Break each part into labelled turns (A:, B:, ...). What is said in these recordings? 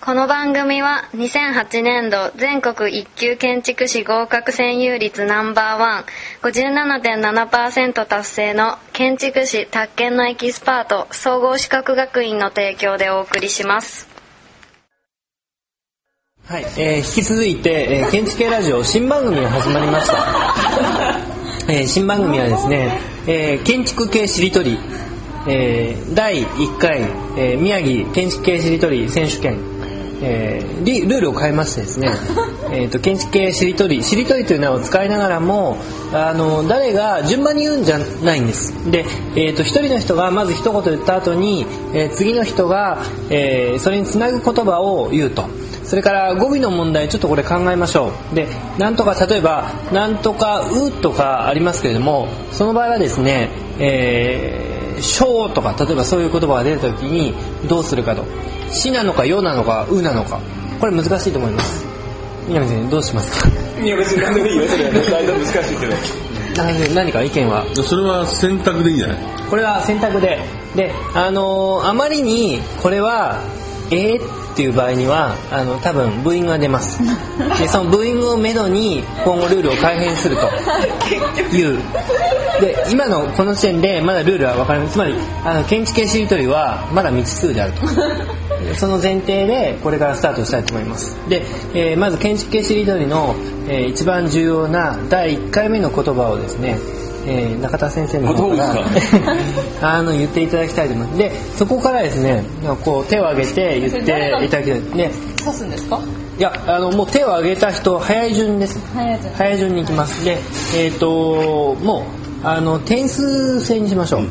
A: この番組は2008年度全国一級建築士合格占有率ナンバーワン57.7%達成の建築士宅建のエキスパート総合資格学院の提供でお送りします
B: はい、えー引き続いて、えー建築系ラジオ新番組が始まりました、えー新番組はですね、えー建築系しりとり、えー第1回、えー宮城建築系しりとり選手権、えーリルールを変えましてですねえーと建築系しりとりしりとりという名を使いながらもあの誰が順番に言うんじゃないんですで、えー、と1人の人がまず一言言った後に、えー次の人が、えーそれにつなぐ言葉を言うと。それから語尾の問題ちょっとこれ考えましょうでなんとか例えば「なんとかう」とかありますけれどもその場合はですね「えー、しょう」とか例えばそういう言葉が出た時にどうするかと「し」なのか「よ」なのか「う」なのかこれ難しいと思います南先生どうしますか
C: いや別に何でもいいよそれはだいぶ難しいけど
B: 南先生何か意見は
D: それは選択でいいんじゃない
B: これは選択でであのーあまりにこれはえー、っていう場合にはあの多分ブーイングが出ますでそのブーイングをめどに今後ルールを改変するというで今のこの時点でまだルールは分かりませんつまりあの建築系しりとりはまだ未知数であると その前提でこれからスタートしたいと思いますで、えーまず建築系しりとりの、えー一番重要な第1回目の言葉をですね、えー中田先生の方から
D: あどうで
B: あの言っていただきたいと思いますでそこからですねこう手を挙げて言っていただきたいね
E: 刺すんですか
B: いやあのもう手を挙げた人早い順です
E: 早い順
B: 早い順に行きますでえっ、ともうあの点数制にしましょう、
E: はい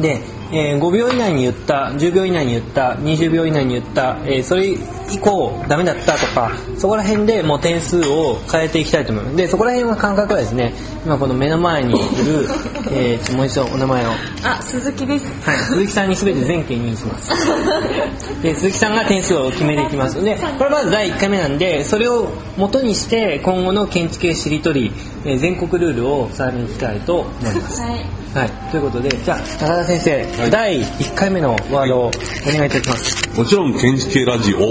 B: で、えー5秒以内に言った10秒以内に言った20秒以内に言った、えーそれ以降ダメだったとかそこら辺でもう点数を変えていきたいと思いますでそこら辺は感覚はですね今この目の前にいる、えーちょもう一度お名前を、は
E: あ鈴木です
B: い、鈴木さんに全て全権にし ますで鈴木さんが点数を決めていきますでこれまず第1回目なんでそれを元にして今後の建築系しりとり、えー全国ルールを定めていきたいと思います
E: はい
B: はい、ということで、じゃあ、高田先生、第1回目のワードをお願いいたします。
D: もちろん建築系ラジオ
E: はい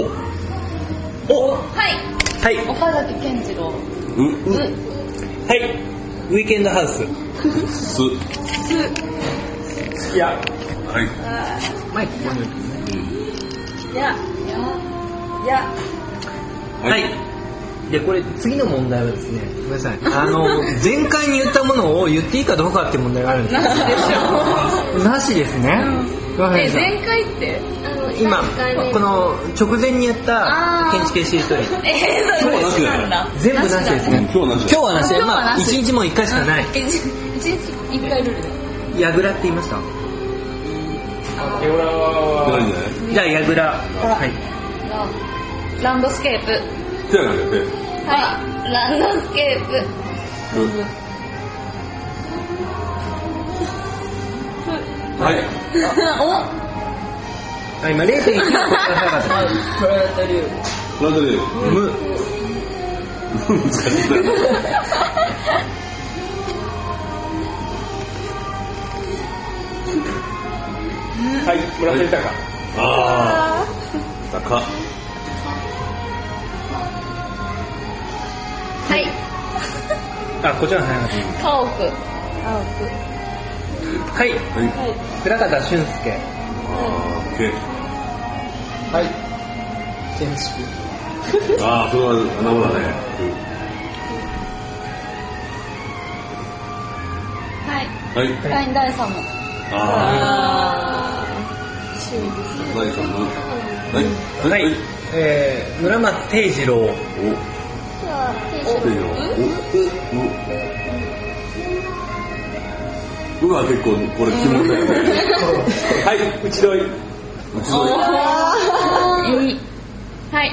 B: はい、
E: 岡崎健次郎
D: うう
B: はい、ウィーケンドハウス。
D: す
B: いや、
D: はい
B: マイク、
E: ややや
B: はい。で、これ、次の問題はですね、ごめんな さい。あの、前回に言ったものを言っていいかどうかっていう問題があるんです
E: なしでしょ
B: よ。なしですね。わかりました
E: 前回って
B: 今、この直前にやった
E: あー
B: 建築系シートリ
E: えー、そう
D: 今日はなしだよ
E: なんだ
B: 全部なしですね。
D: 今日な
B: 今日はな
D: し
B: しで、
E: 今日は
B: まあ、
E: なし
B: 1日も1回しかない。
E: えじ一日一回ルールで
B: やぐらって言いました
D: ないんじゃ
B: じ
D: ない
B: ゃあ、やぐら。はい。
E: ランドスケープ
D: 手を挙げて
E: はいランドスケープ
D: はい
B: あ今0.1秒くださかっ
E: これやってるよ
D: それぞれむ難しい な
C: はい村田豊
D: ああ高
E: はい
B: た。あ、こっちら早かっ
E: 家屋
B: た。はい、
D: はい
B: 倉方俊介。
D: あーけ
B: はい。ジェームス
D: ああそれは名もだね
E: はい
D: はい
E: ラインダイサム
D: ああ
E: あ
D: 第3問はい
B: はい。えー、村松貞次郎。
D: お
E: お
D: いいよおううは結構これ気持ちだよね
C: はい内戸井
D: うちのはい
E: いはい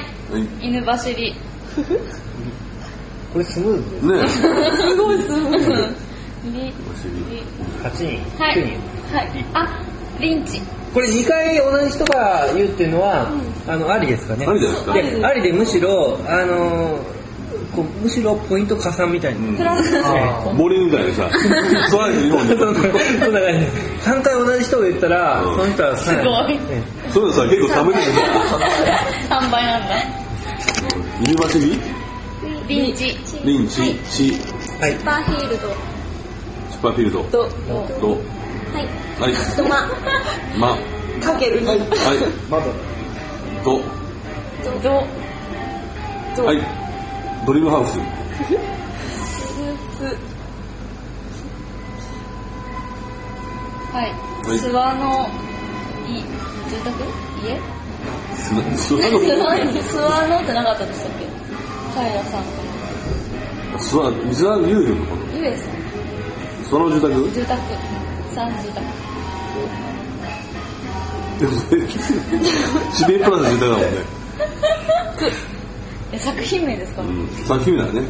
E: 犬走り
B: これスムーズで
D: ね
E: すごいすごい
D: え
E: り
D: お尻
B: す。8人、
E: はい
B: 9人。
E: はいあリンチ
B: これ2回同じ人が言うっていうのは、あの、ありですかね。
D: ありじゃないですか
B: でありでむしろ、あのーこうむしろポイント加算みたいな。
D: うん
B: あー
D: ボーリングみたいでさ、ストライク2本
B: そ
D: で
B: んなそんな感じです。3回同じ人が言ったら、
D: うん
B: その人はす
E: すごい
B: ね
D: そういうのさ結構ためにるんだ
E: 三倍なんだ。
D: ユニバーシビ
E: リンチ。
D: リンチチス
B: はい
F: パーフィールド
D: パーフィールド
G: と、
D: ド
F: はい
D: はい
F: ドマ
D: マは
G: かけるに、
D: い
B: 窓
D: ド
E: ど、
G: と、
D: はいドリームハウス
E: はい。
D: はい
E: 諏訪の、い、住宅家
D: すなすわ
E: 諏 訪諏訪のってなかったでしたっけサイラさんか
D: のすわ水は遊具のか
E: な。ゆえさん。
D: なその住宅
E: 住宅。三住宅。
D: でもそれシベプラス住宅だもんね
E: え、作品名ですか
D: うん作品名だね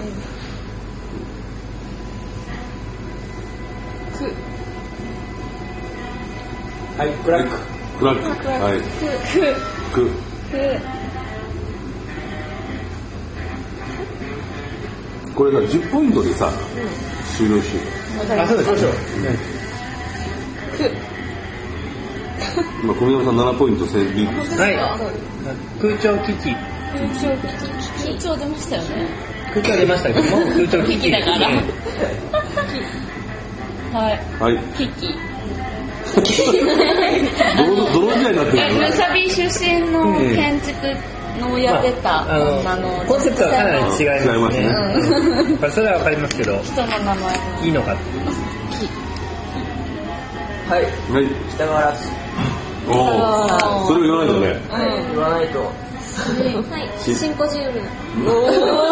C: はい、ブラック。
D: クラックはいクこれが10ポイントでさ終了しよ
B: あそうです
D: う今小宮山さん7ポイントセービング
B: はい空調機器
E: 緊張出ましたよね。
B: 空調出ましたけども空調機
E: 危機
B: 器
E: だか
B: え
E: らは い。
D: はい
E: キキ。
D: 泥泥みたいになって
E: え、
D: る
E: むさび出身の建築の
B: え
E: やってた
B: まあ
E: 女
B: あの
E: の
B: コンセプトはかなり違い
D: 違い
B: ま
D: ますす
B: ね
D: ね
B: うん まあそれはわかりますけど
E: 人の名前も。
B: いいのか
H: はい
D: はい
H: 北川らしい
D: おおそれを言わないとね
H: 言わないと
F: はいシンポジウム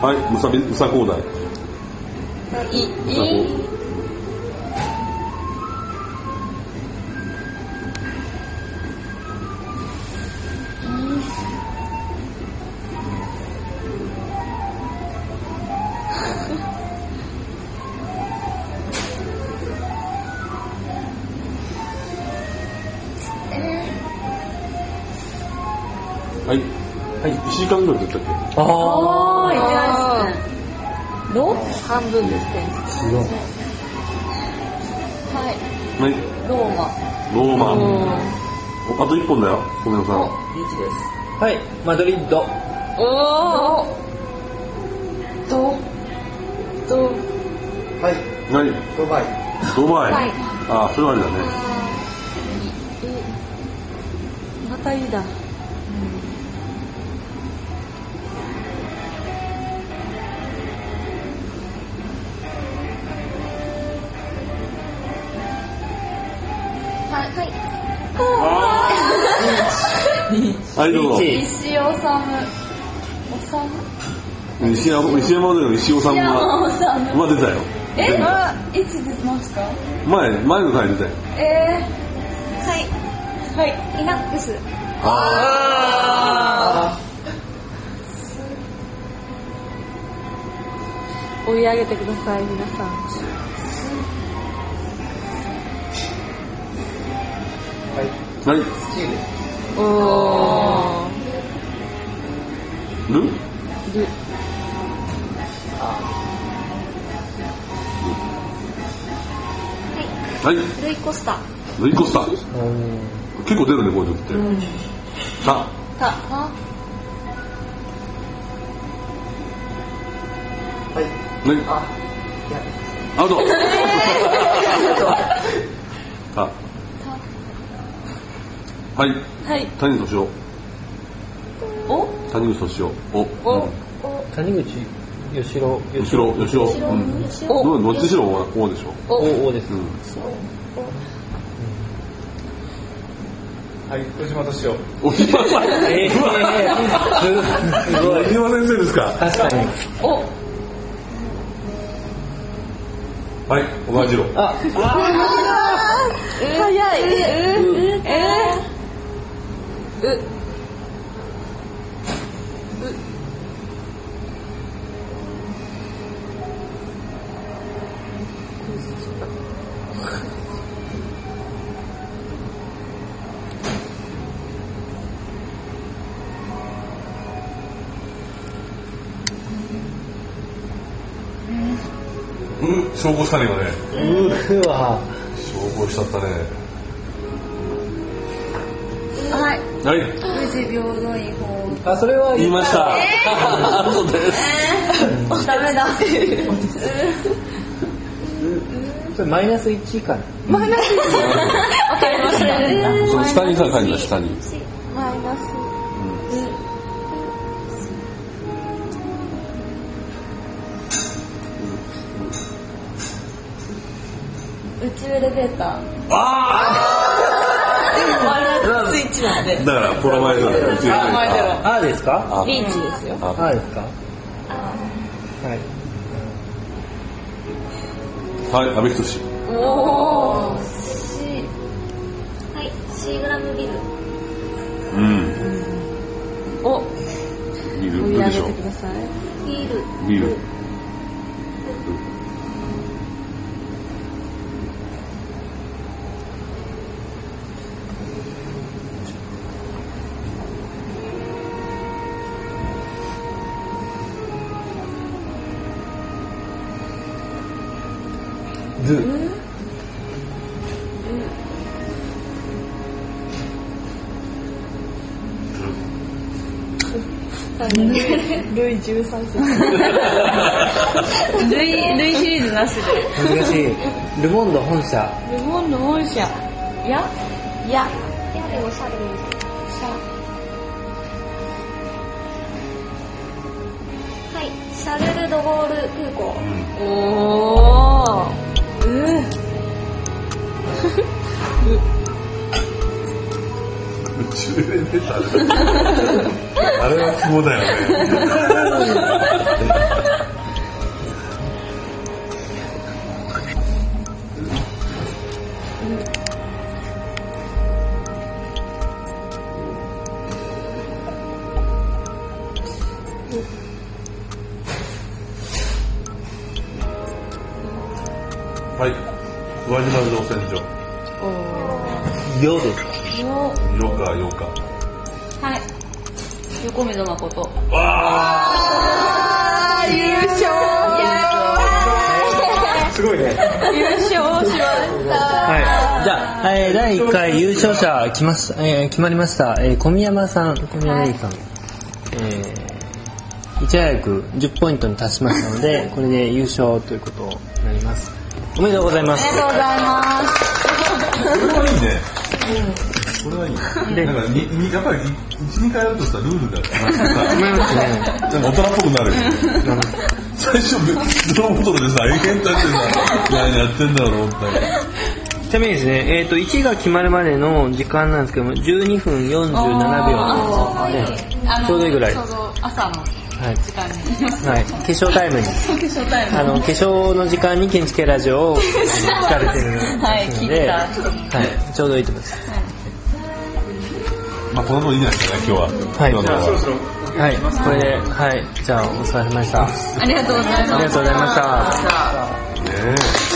D: はい、むさび、むさこうだい。
E: い、い、
D: はい。はい、1時間ぐらいだったっ
B: あ
E: あいないですね。ど
G: 半分ですね。
E: はい。
D: け。はい、
E: ローマ。
D: ローマ。おあと1本だよ、小宮山
H: リーチです
B: あはいマドリッド
E: おお。ど、ど、
H: はい
D: さん。はい、
H: ドバイ
D: ドバイ。あ、それはあれだね。
G: またいいだ。
D: はい、どうぞ。
B: リーチ
E: 石尾さむ。おさむ。
D: 西山、西山での石尾さん
E: 山尾
D: が、
E: さむ。
D: まあ出たよ。
E: え、あいつ出ますか。
D: 前、前の回出たよ。
E: え
F: はいはいイナックス
G: 追い上げてください、皆さん。
D: はい、
H: チーム
G: おー。
D: ルはい、
F: ルイ・コスタ
D: ルイコスタ。結構出るね、こういう時って。さ
E: ー、た、あ、
H: はい
D: あ、はい。
H: あいや
D: アウト。 あ。はい。
E: はい。
D: 谷俊夫。
E: お、
D: 谷口俊夫。お。
E: お、
B: 谷口義郎
D: 吉郎、吉郎。うん。どうどっちにしろおおでしょ。
B: おおです
D: うん。
C: はい、小島敏夫。
D: おひまさん。
B: ええす すごい
D: おひま先生ですか。
B: 確かに
E: お、
D: はい。小川次郎。
B: あ
G: 早い。
D: うう消防したね今ね
B: うーわ
D: 消防しちゃったね
E: はい
D: はい
E: 無事平等にこ
B: あそれは
D: 言いましたあとです
E: うダ メだ
B: それマイナス1かな
D: その下にさ書いてた下に
F: マイナス
E: 宇宙エレベーター
D: あ
G: スイッチなんで
D: あだからプラマイドだよ宇宙エレベーター
G: マイドラ
B: あですか
D: あ
G: リーチですよ
D: あ
B: あですかはい
D: はい阿部仁
F: おお C はいシーグラムビル
D: うん
G: お
D: ビル
G: 追い上
D: ビルで
G: げ
D: しょ
G: てください
F: ビール
D: ビル
G: ルイ13世
E: ルイルイシリーズなしで
B: 難しいルモンド本社
G: ルモンド本社やや
F: いやでもシャルミンはいシャルル・ド・ゴール空港
G: おおうん
D: 宇宙エレベーターだあれは雲だよねはい宇和島造船所
B: よですか
D: よかよか
E: はい横溝誠
G: 優勝
C: すごいね。
G: 優勝しました
B: はい。じゃあ、えー第1回優勝者来ました、えー決まりました。えー小宮山さん、小宮山瑠璃さん。えーいち早く10ポイントに達しましたの で、これで優勝ということになります。おめでとうございます。
D: これはいいね。これはいいね。なんかににやっぱり一二回やるとさルールが
B: 思いますね。
D: なんか大人っぽくなるよね。最初ドローンとかでさ永遠立ってさ何やってんだろう思ったけ
B: ちなみにですね、えっ、と、1位が決まるまでの時間なんですけども、12分47秒なんですねちょうどいいぐらい。
E: ちょうど朝の
B: はい。
E: 時間に
B: はい。化粧タイムに。
E: 初タイム
B: あの化粧の時間に建築系ラジオを聞かれてる
E: はい
B: の
E: 聞い
B: で、
E: た
B: はい、ちょうどいいと思います。
D: ど。まあこのままいいんじゃないですかね今日は。
B: はい
D: 今日
B: じゃあそろ
D: は。
B: はい、これで、はい、じゃあお疲れ様でした。あ
E: ありがとうございます
B: りがとうございました。
D: ねえ